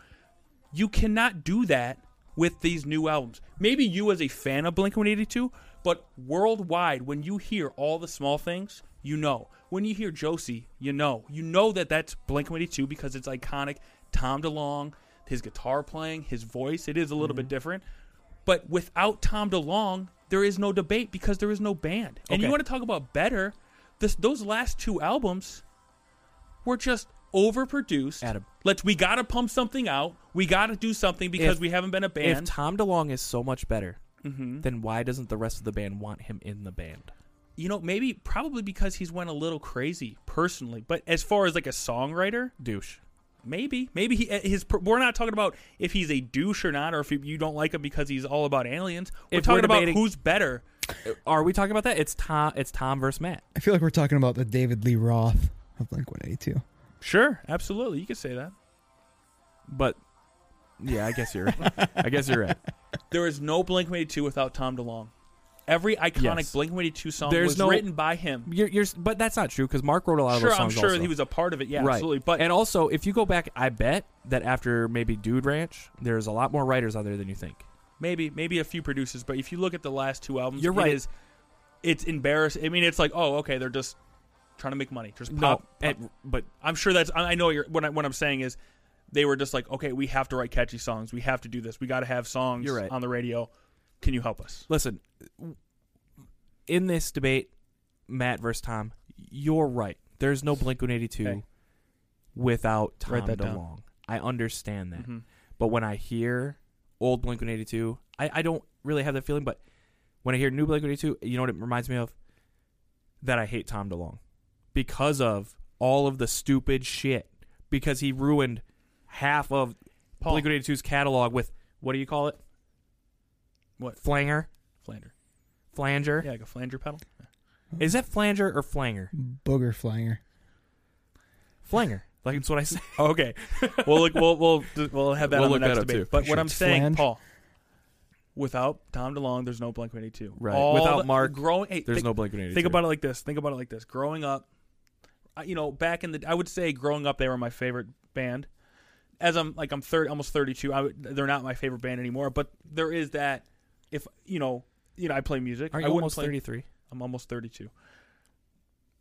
You cannot do that with these new albums. Maybe you as a fan of Blink 182, but worldwide, when you hear all the small things, you know. When you hear Josie, you know. You know that that's Blink 182 because it's iconic. Tom DeLong, his guitar playing, his voice, it is a little bit different. But without Tom DeLong, there is no debate because there is no band. And you Okay. want to talk about better? This, those last two albums were just overproduced. Adam. let's we gotta pump something out. We gotta do something because If- we haven't been a If band. Mm-hmm. Tom DeLong is so much better, then why doesn't the rest of the band want him in the band? you know, maybe probably because he's went a little crazy personally. But as far as like a songwriter, Douche. maybe, maybe he eh, his. We're not talking about if he's a douche or not, or if you don't like him because he's all about aliens. We're If talking we're about debating- who's better. Are we talking about that? It's Tom. It's Tom versus Matt. I feel like we're talking about the David Lee Roth of Blink 182. Sure, absolutely, you could say that. But yeah, I guess you're. right. I guess you're (laughs) right. There is no Blink 182 without Tom DeLong. Every iconic Yes. Blink 182 song There's was no- written by him. You're, you're, but that's not true because Mark wrote a lot of Sure, those I'm songs. sure also. he was a part of it. Yeah, right. absolutely. But and also, if you go back, I bet that after maybe Dude Ranch, there's a lot more writers out there than you think. maybe maybe a few producers. But if you look at the last two albums, You're it right. is- it's embarrassing. I mean, it's like, oh, okay, they're just trying to make money. Just pop. No, pop. and- but I'm sure that's. I I know you're, what I, what I'm saying is, they were just like, okay, we have to write catchy songs. We have to do this. We got to have songs You're right. on the radio. Can you help us? listen, in this debate, Matt versus Tom, you're right. There's no Blink 182. Okay. without Tom Write that DeLong. down. I understand that. Mhm. But when I hear old Blink 182, I, I don't really have that feeling. But when I hear new Blink 182, you know what it reminds me of? That I hate Tom DeLong because of all of the stupid shit. Because he ruined half of Paul. Blink 182's catalog with what do you call it? What? Flanger? Flanger. Flanger? Yeah, like a flanger pedal. Is that flanger or flanger? Booger flanger. Flanger. Like that's what I (laughs) said. Oh, Okay. we'll look. We'll we'll we'll have that We'll look on the that next up, debate. too. But Sure. what I'm saying, Flange. Paul, without Tom DeLong, there's no Blink 182. Right. Without the- Mark, growing. Hey, There's think, no Blink 182. Think about it like this. Think about it like this. Growing up, I, you know, back in the, I would say growing up, they were my favorite band. As I'm like I'm thirty, almost thirty-two. I would, they're not my favorite band anymore, but there is that. If you know, you know, I play music. Are I you wouldn't almost play- 33? I'm almost 32.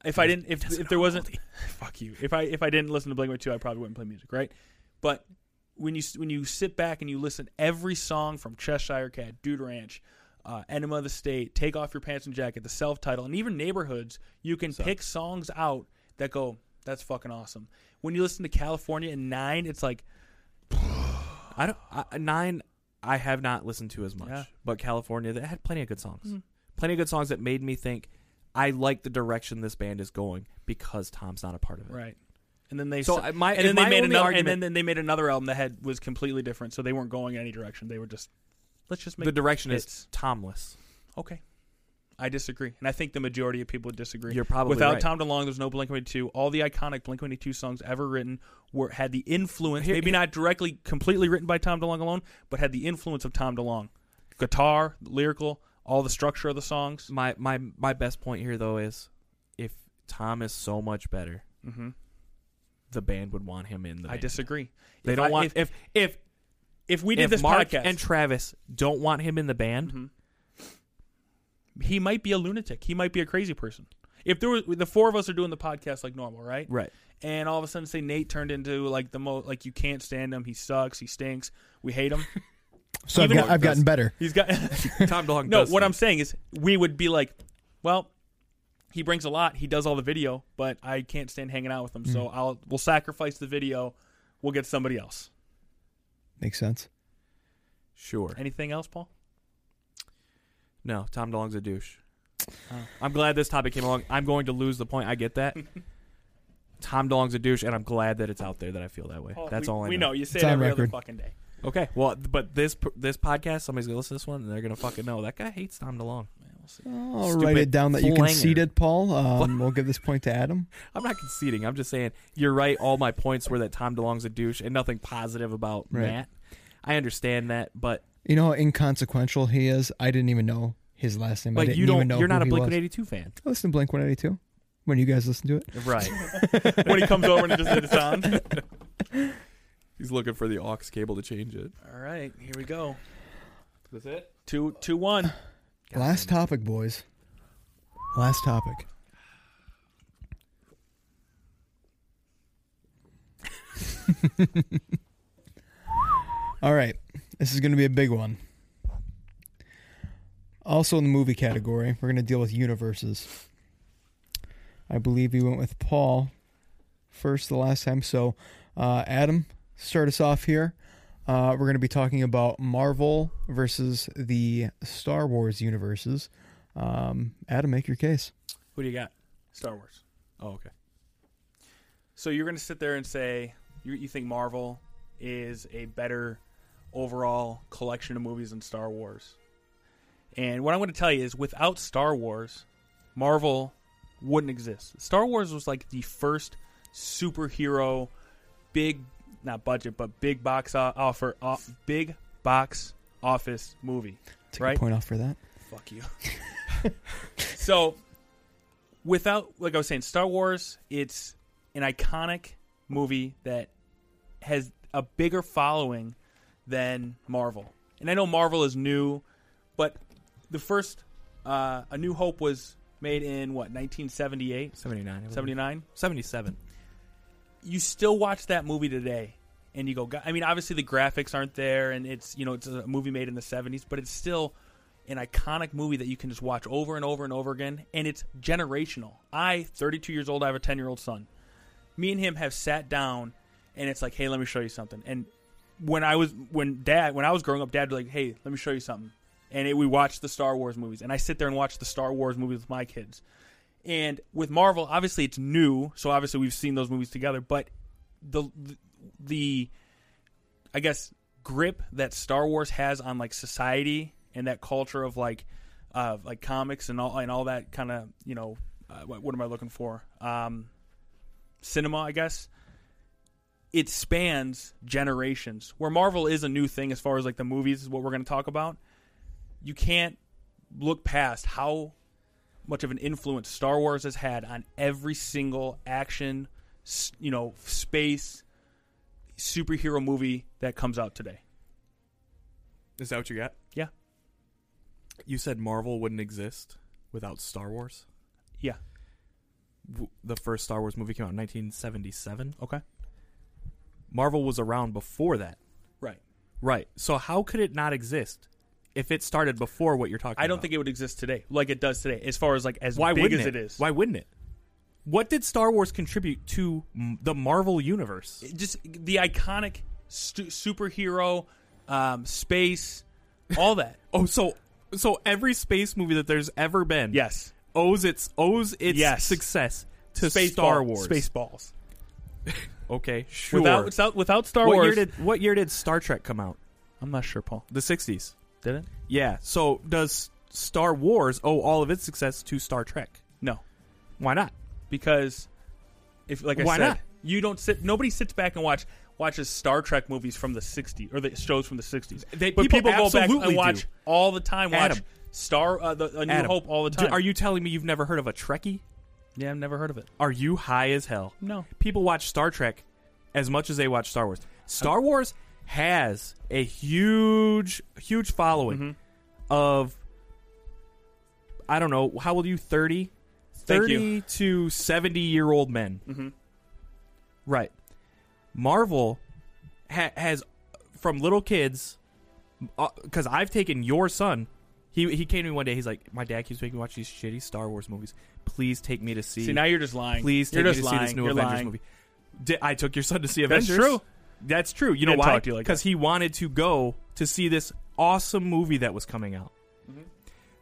If I didn't, if, if there wasn't, (laughs) fuck you. If I if I didn't listen to Blink One Two, I probably wouldn't play music, right? But when you s- when you sit back and you listen every song from Cheshire Cat, Dude Ranch, uh, Enema of the State, Take Off Your Pants and Jacket, the self title, and even Neighborhoods, you can pick songs out that go, that's fucking awesome. When you listen to California in Nine, it's like I don't. I, nine. I have not listened to as much, Yeah. Hmm. but California that had plenty of good songs, plenty of good songs that made me think. I like the direction this band is going because Tom's not a part of it. right, and then they So s- I- my- and then and they my made only another and then, argument- then they made another album that had was completely different, so they weren't going in any direction. They were just let's just make The direction is hits." Tomless. Okay. I disagree. And I think the majority of people disagree. You're probably Without right. Tom DeLong, there's no Blink 182. All the iconic Blink 182 songs ever written were had the influence, Here- maybe here- not directly completely written by Tom DeLong alone, but had the influence of Tom DeLong. Guitar, lyrical, all the structure of the songs. My my my best point here though is, if Tom is so much better, Mhm. the band would want him in. The I band. disagree. They If don't I- want if, if if if we did if this Mark podcast Mm-hmm. and Travis don't want him in the band. he might be a lunatic. He might be a crazy person. If there was the four of us are doing the podcast like normal, right? (laughs) Right. And all of a sudden, say Nate turned into like the most like you can't stand him. He sucks. He stinks. We hate him. So I've, Even got, though- I've gotten better. (laughs) He's got (laughs) Tom DeLonge. no. does What things. I'm saying is, we would be like, well, he brings a lot. He does all the video, but I can't stand hanging out with him. So Mm-hmm. I'll we'll sacrifice the video. We'll get somebody else. Makes sense. sure. Anything else, Paul? No, Tom DeLonge's a douche. Oh. I'm glad this topic came along. I'm going to lose the point. I get (laughs) that. Tom DeLonge's a douche, and I'm glad that it's out there that I feel that way. Paul, That's Oh, we, all I we know. know. You say It's it on every other record. fucking day. Okay, well, th- but this p- this podcast, somebody's gonna listen to this one, and they're gonna fucking know that guy hates Tom DeLonge. I'll Stupid write it down that you flanger. conceded, Paul. Um, we'll give this point to Adam. I'm not conceding. I'm just saying you're right. All my points were that Tom DeLonge's a douche, and nothing positive about Right. Matt. I understand that, but You know how inconsequential he is. I didn't even know his last name. I like didn't you don't, even know you're who not a he Blink was. 182 fan, I listen to Blink 182 when you guys listen to it. right? when he comes over and just it's (laughs) on. (laughs) He's looking for the aux cable to change it. All right, here we go. That's it. Two, two, one. Last topic, boys. Last topic. (laughs) All right. This is going to be a big one. Also, in the movie category, we're going to deal with universes. I believe you went with Paul first the last time. So, uh, Adam, start us off here. Uh, we're going to be talking about Marvel versus the Star Wars universes. Um, Adam, make your case. Who do you got? Star Wars. Oh, okay. So you're going to sit there and say you, you think Marvel is a better overall collection of movies than Star Wars. And what I'm going to tell you is without Star Wars, Marvel wouldn't exist. Star Wars was like the first superhero big not budget but big box o- offer o- big box office movie. Take Right. a point off for that. Fuck you. (laughs) so, without, like I was saying, Star Wars, it's an iconic movie that has a bigger following than Marvel. And I know Marvel is new, but the first, uh, A New Hope was made in what, 1978? 79. I believe. 79? 77. you still watch that movie today and you go "God-" i mean obviously the graphics aren't there and it's you know it's a movie made in the 70s but it's still an iconic movie that you can just watch over and over and over again and it's generational i 32 years old i have a 10 year old son me and him have sat down and it's like, hey, let me show you something. And when I was when dad when I was growing up, dad was like, hey, let me show you something. And it, we watched the Star Wars movies, and I sit there and watch the Star Wars movies with my kids. And with Marvel, obviously it's new, so obviously we've seen those movies together. But the the I guess grip that Star Wars has on like society and that culture of like uh, like comics and all and all that kind of you know uh, what, what am I looking for um, cinema I guess it spans generations where Marvel is a new thing as far as like the movies is what we're going to talk about you can't look past how much of an influence Star Wars has had on every single action s- you know space superhero movie that comes out today Is that what you got? Yeah. You said Marvel wouldn't exist without Star Wars. Yeah. W- The first Star Wars movie came out in 1977. okay Marvel was around before that. right Right. So how could it not exist if it started before what you're talking about? I don't think it would exist today, like it does today, as far as like as Why big wouldn't as it? it is. Why wouldn't it? What did Star Wars contribute to m- the Marvel universe? It just the iconic stu- superhero, um, space, (laughs) all that. Oh, so so every space movie that there's ever been, yes, owes its owes its Yes. success to Space Star ball- Wars. Spaceballs. (laughs) Okay, sure. Without, without without Star what Wars, year did what year did Star Trek come out? I'm not sure. Paul The 60s. did it? Yeah. So does Star Wars owe all of its success to Star Trek? No, Why not? because if like I Why said, not? you don't sit. Nobody sits back and watch watches Star Trek movies from the '60s or the shows from the '60s. They- but people people, go back absolutely and watch do. all the time. Watch Adam. Star uh, the, A New Adam, Hope all the d- time. are you telling me you've never heard of a Trekkie? Yeah, I've never heard of it. Are you high as hell? No. People watch Star Trek as much as they watch Star Wars. Star Wars has a huge, huge following Mm-hmm. of, I don't know, how old are you? 30? Thank 30 you. Mm-hmm. to 70 year old men. Right. Marvel ha- has, from little kids, because I've taken your son. He, he came to me one day. He's like, my dad keeps making me watch these shitty Star Wars movies. Please take me to See, now you're just lying. please you're take me just to lying. see this new you're Avengers lying. movie. Di- I took your son to see That's Avengers. true. That's true. You know didn't why? talk to you like Because he wanted to go to see this awesome movie that was coming out.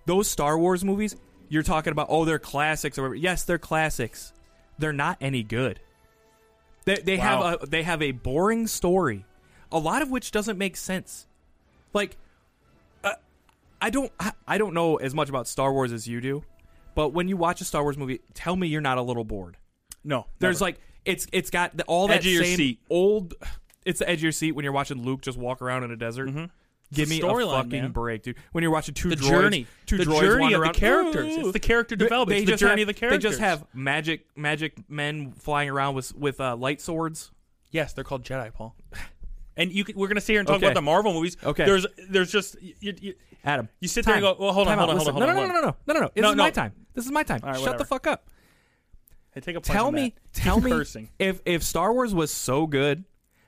Those Star Wars movies, you're talking about, oh, they're classics or whatever. Yes, they're classics. They're not any good. They, they Wow. have a they have a boring story, a lot of which doesn't make sense. Like, uh, I don't I, I don't know as much about Star Wars as you do, but when you watch a Star Wars movie, tell me you're not a little bored. No, There's like it's it's got the, all that Edge of your same seat. old. It's the edge of your seat when you're watching Luke just walk around in a desert. Give a me a Mm-hmm. storyline, fucking man. break, dude. When you're watching two The droids, journey. two The droids journey wander of the around, characters. It's the character They- development. They It's the just journey have- of the They just characters. have magic magic men flying around with with uh, light swords. yes, they're called Jedi, Paul. (laughs) And you, can, we're gonna sit here and talk Okay. about the Marvel movies. Okay. There's, there's just you, you, Adam, You sit there and time. go, well, hold on, Time hold out. on, hold on, Listen. hold on, No, no, no, no, no, no, no. This No, is no. my time. This is my time. right, Shut whatever. the fuck up. Hey, take a punch tell on me, that. tell me, Cursing. if if Star Wars was so good,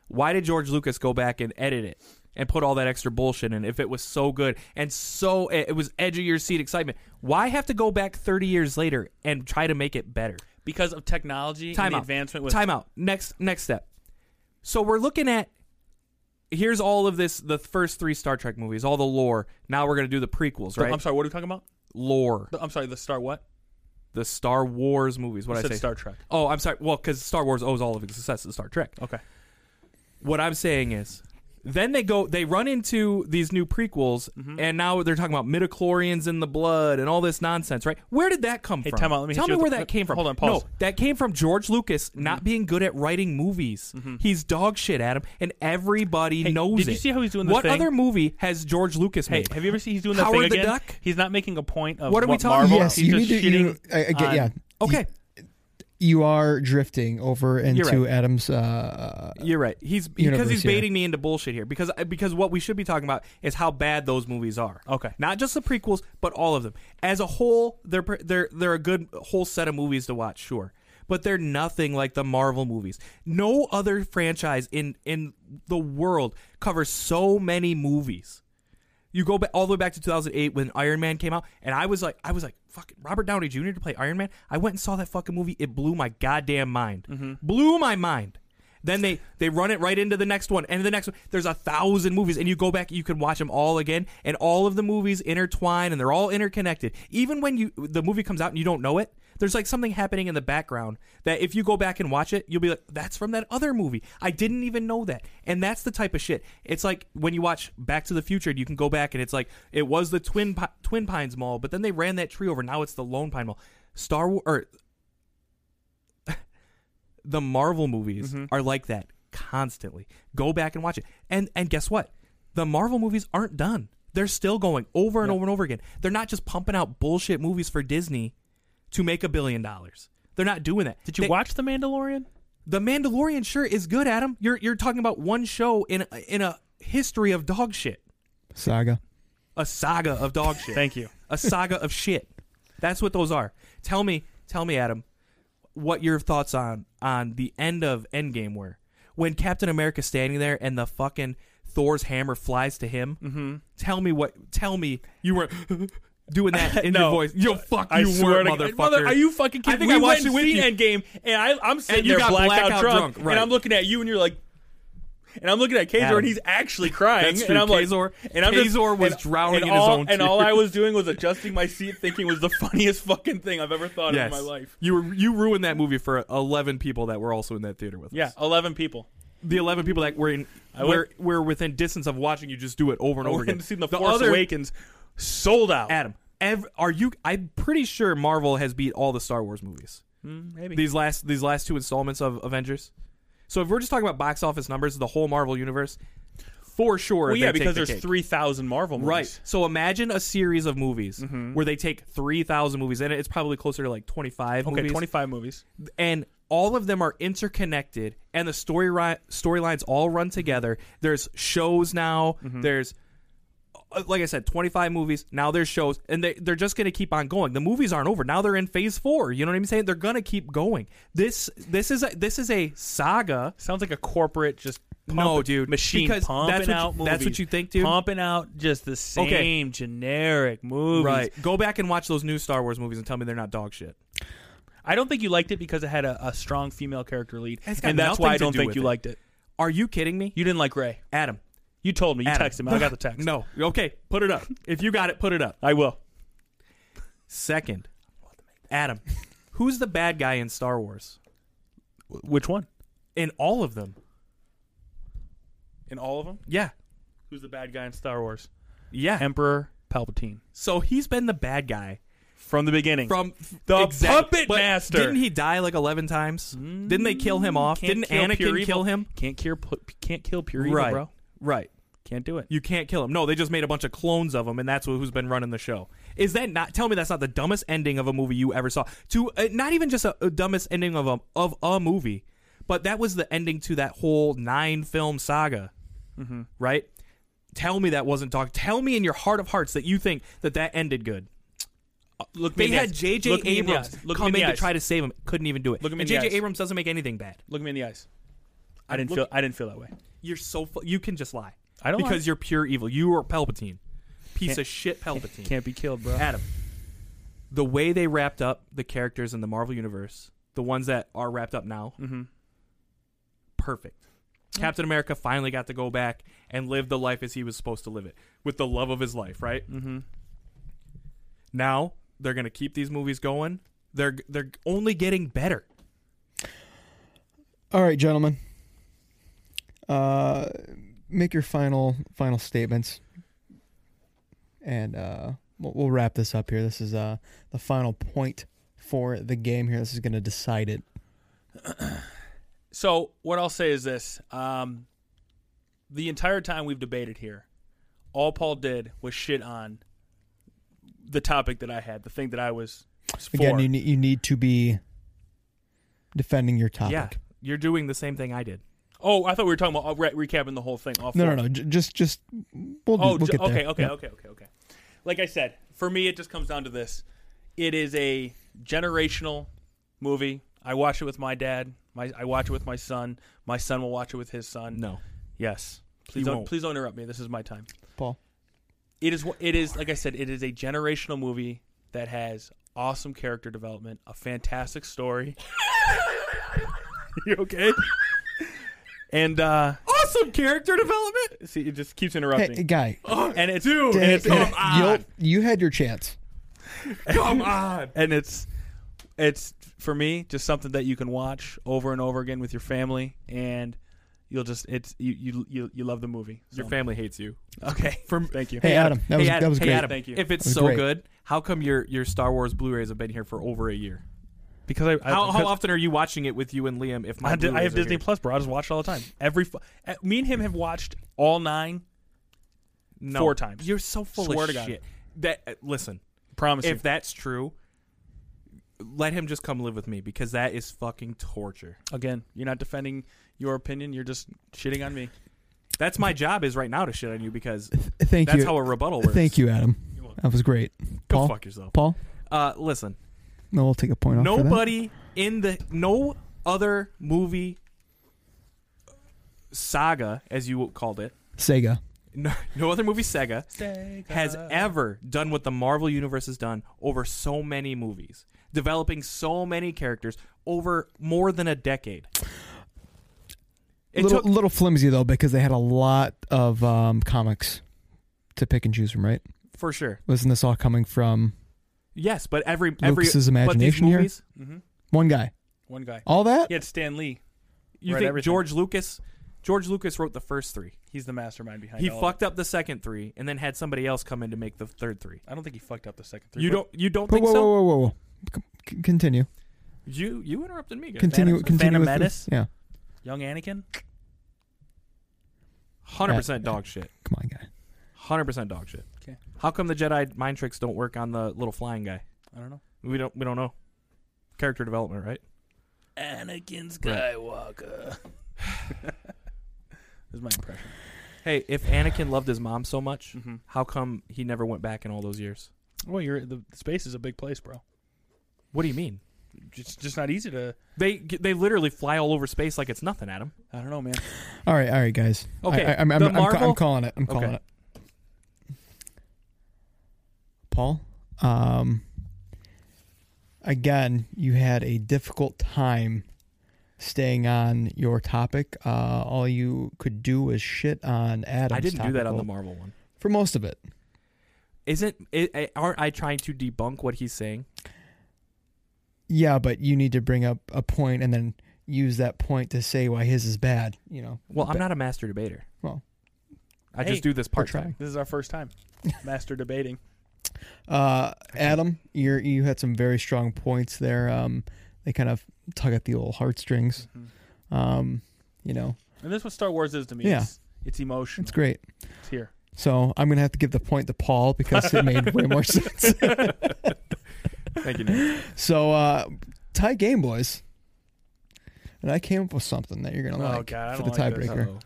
why did George Lucas go back and edit it and put all that extra bullshit in? If it was so good and so it it was edge of your seat excitement, why have to go back thirty years later and try to make it better? because of technology Time and the out. advancement with Time out. Next next step. So we're looking at here's all of this the first three Star Trek movies, all the lore. Now we're gonna do the prequels, right? I'm sorry, what are we talking about? Lore. The- I'm sorry, the Star what? The Star Wars movies. What I I said say? Star Trek. Oh, I'm sorry. Well, because Star Wars owes all of its success to Star Trek. Okay. what I'm saying is then they go they run into these new prequels Mm-hmm. and now they're talking about midichlorians in the blood and all this nonsense, right? Where did that come Hey, from? time out, let me Tell me hit you where with a- that came from. hold on, pause. Mm-hmm. No, that came from George Lucas not being good at writing movies. He's dog shit at him and everybody Hey, knows did you it. see how he's doing the What thing? other movie has George Lucas Hey, made? have you ever seen he's doing that Howard thing the again? Duck? He's not making a point of What are we talking Marvel. about? Yes, he's you just need to. You, shitting uh, I, I get, on- yeah, okay, you are drifting over into right. Adam's. Uh, you're right. He's because he's Universe, yeah. baiting me into bullshit here because uh, because what we should be talking about is how bad those movies are. Okay. not just the prequels, but all of them as a whole. They're pre- they're they're a good whole set of movies to watch, sure, but they're nothing like the Marvel movies. No other franchise in in the world covers so many movies. You go back all the way back to 2008 when Iron Man came out, and I was like, I was like, fucking Robert Downey Jr. to play Iron Man. I went and saw that fucking movie. It blew my goddamn mind. Blew my mind. Then they they run it right into the next one and the next one. There's a thousand movies, and you go back, you can watch them all again, and all of the movies intertwine and they're all interconnected. Even when you the movie comes out and you don't know it, there's like something happening in the background that if you go back and watch it, you'll be like, "That's from that other movie. I didn't even know that." And that's the type of shit. It's like when you watch Back to the Future, and you can go back and it's like it was the Twin Pi- Twin Pines Mall, but then they ran that tree over. Now it's the Lone Pine Mall. Star Wars or the Marvel movies Mm-hmm. are like that constantly. Go back and watch it. And and guess what? The Marvel movies aren't done. They're still going over and over and over again. They're not just pumping out bullshit movies for Disney to make a billion dollars. They're not doing that. Did you They- watch The Mandalorian? The Mandalorian? Sure, is good, Adam. You're you're talking about one show in a, in a history of dog shit, Saga. a saga of dog shit. Thank you. a saga of shit. That's what those are. Tell me, tell me, Adam, what your thoughts on on the end of Endgame were when Captain America's standing there and the fucking Thor's hammer flies to him. Mm-hmm. Tell me what. Tell me you were. Doing (laughs) that in your No. voice, yo, fuck I you, swear were to motherfucker. God. Mother, are you fucking kidding? I think we I watched went it with and you. seen Endgame, and I, I'm sitting And you there got blacked, out drunk, drunk, right. and I'm looking at you, and you're like, and I'm looking at Kazor, Adam. and he's actually crying, That's true. and I'm like, Kazor- and I'm just- Kazor was and- drowning and in his all- own and all tears. I was doing was adjusting my seat, thinking was the (laughs) funniest fucking thing I've ever thought yes. of in my life. You were you ruined that movie for eleven people that were also in that theater with Yeah, us. eleven people. the eleven people that were in went- were, were within distance of watching you just do it over and I over went again. and seen The Force other- Awakens, sold out. Adam, ev- are you? I'm pretty sure Marvel has beat all the Star Wars movies. Hmm, maybe. These last these last two installments of Avengers. So if we're just talking about box office numbers, the whole Marvel universe, for sure. well, they yeah, take because the there's cake. three thousand Marvel movies. Mm-hmm. Right. So imagine a series of movies where they take three thousand movies, and it's probably closer to like twenty five. Okay, movies twenty five movies. and all of them are interconnected and the story ri- storylines all run together there's shows now Mm-hmm. there's uh, like i said 25 movies now there's shows and they, they're just going to keep on going the movies aren't over now they're in phase four you know what i'm saying they're going to keep going this this is a this is a saga Sounds like a corporate just pump, No, dude. machine Because pumping that's what you- out movies. that's what you think, dude? Pumping out just the same Okay. generic movies. go back and watch those new star wars movies and tell me they're not dog shit I don't think you liked it because it had a, a strong female character lead, It's got and that's nothing why I to don't do think with you it. liked it. are you kidding me You didn't like Ray. adam You told me. You Adam. texted me. I (laughs) got the text. no okay put it up if you got it put it up I will. second adam who's the bad guy in star wars Which one? in all of them In all of them? yeah Who's the bad guy in Star Wars? yeah Emperor Palpatine So he's been the bad guy from the beginning. from The Exactly. puppet But master. Didn't he die like eleven times? didn't they kill him off? Can't Didn't kill Anakin pure evil. Mm. kill him? Can't cure. pu- Can't kill pure evil, right, bro. right. Can't do it. You can't kill him. No, they just made a bunch of clones of him, and that's who's been running the show. Is that not? Tell me that's not the dumbest ending of a movie you ever saw. To uh, not even just a, a dumbest ending of a of a movie, but that was the ending to that whole nine film saga, Mm-hmm. right? Tell me that wasn't talk. Tell me in your heart of hearts that you think that that ended good. Look, They had J.J. Abrams Look come me in the to eyes. try to save him. Couldn't even do it. Look him in and the J.J. eyes. Abrams doesn't make anything bad. Look me in the eyes. I didn't Look- feel. I didn't feel that way. You're so fu- you can just lie. I don't because lie. you're pure evil. You are Palpatine, piece Can't- of shit Palpatine. Can't be killed, bro. Adam, the way they wrapped up the characters in the Marvel universe, the ones that are wrapped up now, Mm-hmm, perfect. Captain America finally got to go back and live the life as he was supposed to live it, with the love of his life, right? Mm-hmm. Now they're gonna keep these movies going. They're they're only getting better. All right, gentlemen. Uh, make your final final statements, and uh, we'll, we'll wrap this up here. This is uh the final point for the game here. This is going to decide it. So what I'll say is this: um, the entire time we've debated here, all Paul did was shit on the topic that I had, the thing that I was for. Again, you need you need to be defending your topic. Yeah, you're doing the same thing I did. oh, I thought we were talking about uh, re- recapping the whole thing. All No, four. no, no. j- Just, just we'll, do- Oh, we'll j- get there. okay, okay, Yeah. okay, okay, okay. Like I said, for me, it just comes down to this: it is a generational movie. I watch it with my dad. My, I watch it with my son. My son will watch it with his son. No, Yes. Please He don't. won't. Please don't interrupt me. This is my time. Paul. It is wha- it is like I said, it is a generational movie that has awesome character development, a fantastic story. (laughs) you okay? And uh Awesome character development. see it just keeps Hey, interrupting. guy, Oh, and it's dude, and Dan- it's Dan, you'll- you had your chance. Come on. and it's it's for me just something that you can watch over and over again with your family and you'll just it's you you you, you love the movie. So- Your family hates you. Okay. From- (laughs) thank you. Hey, Adam, that was hey, Adam, that was hey, great. Adam, Thank you. If it's was so great. good, how come your your Star Wars Blu-rays have been here for over a year? because I, I How, because- how often are you watching it with you and Liam? If my I, di- I Blu-rays have are Disney here? Plus, bro. I just watch it all the time. Every fu- uh, me and him have watched all nine. no. four times. You're so full Swear of to God. shit. That uh, listen, Promise if that's true, let him just come live with me because that is fucking torture. you. Again, you're not defending your opinion. You're just shitting on me. That's my job is right now to shit on you because Thank that's you. how a rebuttal works. Thank you, Adam. That was great. Go Paul, fuck yourself. Paul, Uh, listen, no, we'll take a point off. for that. nobody in the no other movie saga, as you called it, Sega. no, no other movie Sega has ever done what the Marvel Universe has done over so many movies, developing so many characters over more than a decade. It little, took little flimsy though because they had a lot of um, comics to pick and choose from. Right? for sure. Wasn't this all coming from Yes, but every every Lucas's but these imagination here? movies, one guy? One guy. All that? He had Stan Lee. you Read think everything. George Lucas George Lucas wrote the first three. He's the mastermind behind. He all of fucked up the second three and then had somebody else come in to make the third three. it. I don't think he fucked up the second three. You but don't you don't But think whoa, so? whoa, whoa, whoa, whoa! C- continue. You you interrupted me. guys. Continue. Phantom- continue. Phantom with- Menace? Yeah. Young Anakin. Hundred percent dog shit. Come on, guy. Hundred percent dog shit. Okay. How come the Jedi mind tricks don't work on the little flying guy? I don't know. We don't. We don't know. Character development, right? Anakin (laughs) Skywalker. That's my impression. Hey, if Anakin loved his mom so much, Mhm. how come he never went back in all those years? Well, you're the space is a big place, bro. What do you mean? It's just not easy to. They they literally fly all over space like it's nothing, Adam. I don't know, man. All right, all right, guys. Okay, I, am I'm, the I'm, ca- Marvel- I'm calling it. I'm calling Okay. it. Paul, um, again, you had a difficult time staying on your topic. Uh, all you could do was shit on Adam's I didn't do that on topical- the Marvel one. for most of it. Isn't i i- aren't I trying to debunk what he's saying? Yeah, but you need to bring up a point and then use that point to say why his is bad. You know. Well, I'm But- not a master debater. Well. I Hey, just do this we're part time. trying. This is our (laughs) first time, master debating. Uh, Adam, you you had some very strong points there. Um, they kind of tug at the old heartstrings. Mm-hmm. Um, you know, And that's what Star Wars is to me. Yeah. It's, it's emotion. it's great. It's here. So I'm gonna have to give the point to Paul because it made way (laughs) more sense. Thank you. Nick. So uh, tie game, boys. And I came up with something that you're gonna Oh, like God, I for the don't like this. tiebreaker. Uh-oh.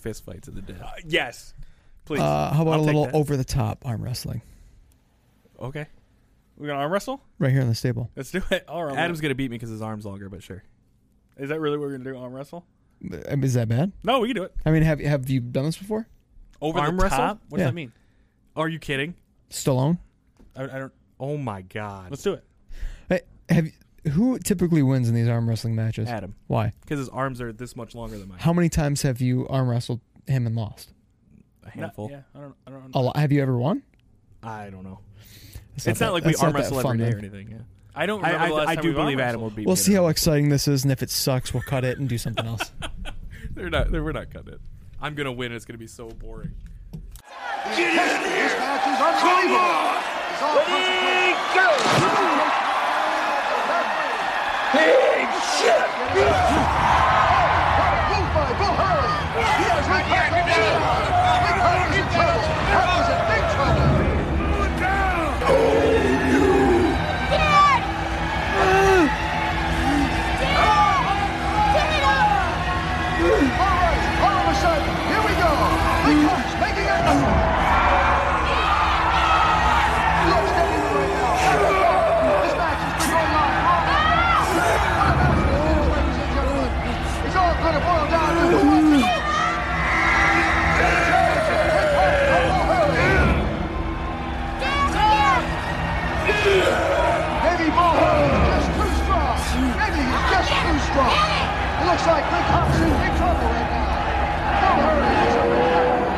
Fist fight to the death. Uh, (laughs) yes, please. Uh, how about I'll a take little that. over the top arm wrestling Okay. We're gonna arm wrestle. right here on this table? Let's do it. All right. Adam's gonna beat me because his arm's longer, but sure. is that really what we're gonna do? Arm wrestle? I mean, Uh, Is that bad? No, we can do it. I mean, have have you done this before? Over Arm the wrestle? top. What Yeah. does that mean? Are you kidding? Stallone. I, I don't. Oh my god. Let's do it. Hey, Have you- who typically wins in these arm wrestling matches? Adam. Why? Because his arms are this much longer than mine. How many times have you arm wrestled him and lost? A No, handful. yeah. I don't. I don't. A lot. Have you ever won? I don't know. That's It's not, that- like we that's arm not that wrestle fun, every day or man. anything. Yeah. I don't. I, Remember the I, last I time do we've arm believe Adam wrestled. will beat me. We'll in see it. how exciting this is, and if it sucks, we'll cut it and do something else. They're not. They're, we're not cutting it. I'm gonna win. It's gonna be so boring. This match is too long. Ladies and gentlemen. looks like Nick Hop's in big trouble right now. No hurry.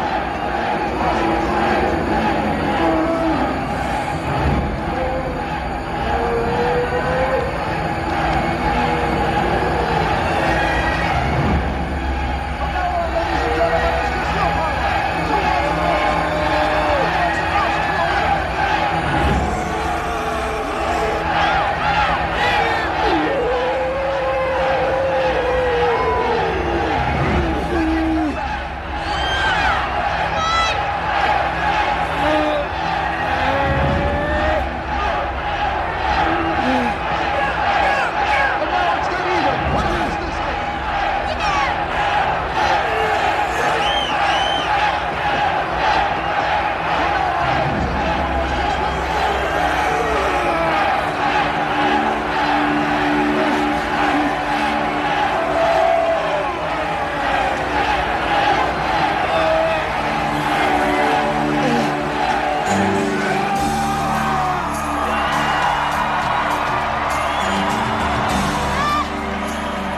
From now on, ladies and gentlemen, it's the show highlight. Two minutes of the Ross Perot. And now it's good even. What is this thing?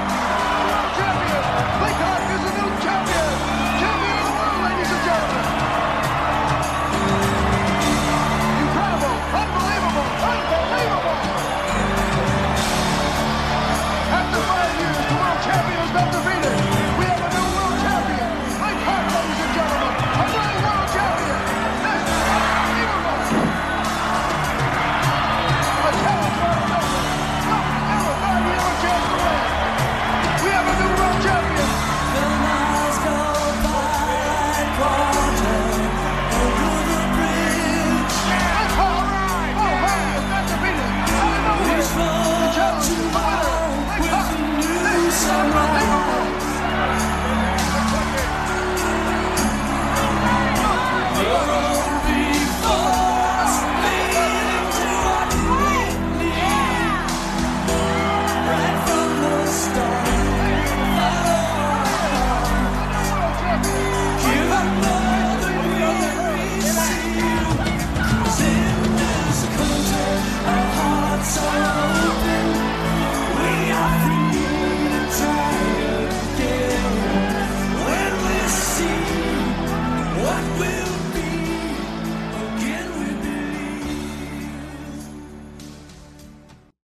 Champion! Laycock is the new champion! Champion of the world, ladies and gentlemen! Incredible! Unbelievable! Unbelievable! After five years, the world champion is not defeated. We have a new world champion. Laycock, ladies and gentlemen, a new world champion. This is unbelievable! A challenge for our number. Nothing ever thought we ever chance to win. We have a new world champion. Let's all ride. Oh, hey, it's not defeated. Out of nowhere, the challenge, the winner, they come. This is unbelievable. What will